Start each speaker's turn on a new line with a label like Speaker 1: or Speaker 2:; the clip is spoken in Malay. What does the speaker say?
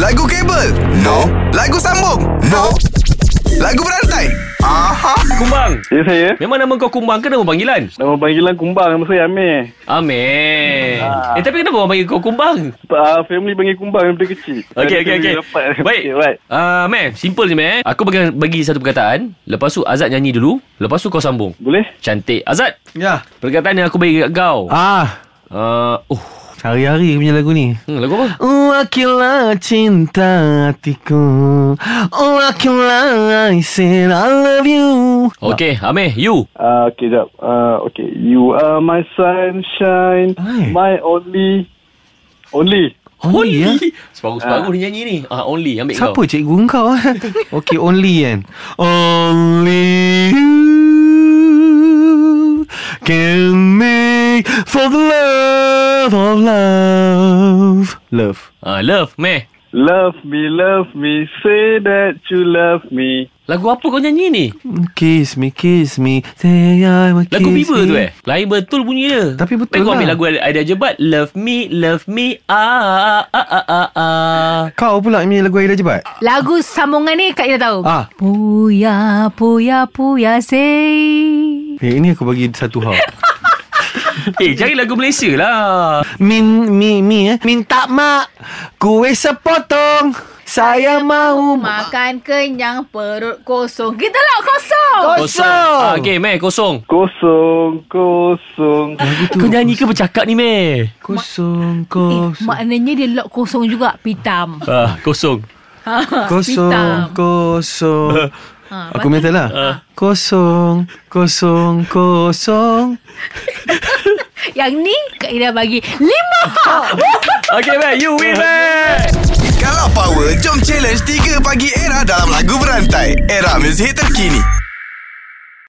Speaker 1: Lagu kabel? No. Lagu sambung? No. Lagu berantai? Aha.
Speaker 2: Kumbang
Speaker 3: Ya saya
Speaker 2: Memang nama kau Kumbang ke nama panggilan?
Speaker 3: Nama panggilan Kumbang Nama saya Amir
Speaker 2: Amin Eh tapi kenapa orang panggil kau Kumbang?
Speaker 3: uh, Family panggil Kumbang Dari kecil
Speaker 2: Okey okey okey. Baik.
Speaker 3: okay, right.
Speaker 2: Ah, meh, simple je meh. Aku bagi, bagi satu perkataan, lepas tu Azad nyanyi dulu, lepas tu kau sambung.
Speaker 3: Boleh?
Speaker 2: Cantik. Azad,
Speaker 4: Ya.
Speaker 2: perkataan yang aku bagi kat kau. Ah,
Speaker 4: Ah,
Speaker 2: uh, oh,
Speaker 4: hari-hari punya lagu ni.
Speaker 2: hmm, lagu apa?
Speaker 4: Wakilah cinta hatiku Wakilah I said I love you Ah.
Speaker 2: Okay, Ameh, you.
Speaker 3: Uh, okay, jap. Uh, okay. You are my sunshine,
Speaker 4: Hai.
Speaker 3: my only, only.
Speaker 4: Only, ya?
Speaker 2: Separuh-separuh dia nyanyi ni. Ah, only ambil
Speaker 4: Siapa
Speaker 2: kau.
Speaker 4: cikgu kau eh? Okay only kan Only you Can make For the love of love Love
Speaker 2: Ah, love, meh.
Speaker 3: Love me, love me, say that you love me.
Speaker 2: Lagu apa kau nyanyi ni?
Speaker 4: Kiss me, kiss me Say I will kiss
Speaker 2: Lagu Bieber
Speaker 4: me.
Speaker 2: tu eh? Lain betul bunyi dia.
Speaker 4: Tapi betul
Speaker 2: Baik, kau
Speaker 4: lah.
Speaker 2: ambil lagu Aida Jebat. Love me, love me. Ah, ah, ah, ah, ah.
Speaker 4: Kau pula yang punya lagu Aida Jebat
Speaker 5: Lagu sambungan ni Kak Ina tahu
Speaker 4: Ah.
Speaker 5: Puya Puya Puya Say
Speaker 4: Eh ini aku bagi satu hak
Speaker 2: Eh, cari lagu Malaysia lah.
Speaker 4: Min mi mi eh. Minta mak kuih sepotong. Saya mau mak.
Speaker 5: Makan kenyang Perut kosong Kita lah kosong
Speaker 2: Ah,
Speaker 4: Kosong.
Speaker 2: okay, meh, kosong.
Speaker 3: Kosong, kosong.
Speaker 2: Kau nyanyi ke bercakap ni, meh?
Speaker 4: Ah, Kosong
Speaker 5: Eh,
Speaker 4: kosong.
Speaker 5: maknanya dia lock kosong juga Pitam
Speaker 2: Ah, kosong.
Speaker 5: Pitam
Speaker 4: Kosong kosong.
Speaker 5: Ha,
Speaker 4: Aku minta lah. Kosong kosong kosong.
Speaker 5: Yang ni Kak Ina bagi Lima
Speaker 2: Okay, meh, you win, meh.
Speaker 1: Kalau power, jom challenge 3 pagi era dalam lagu berantai. Era muzik terkini.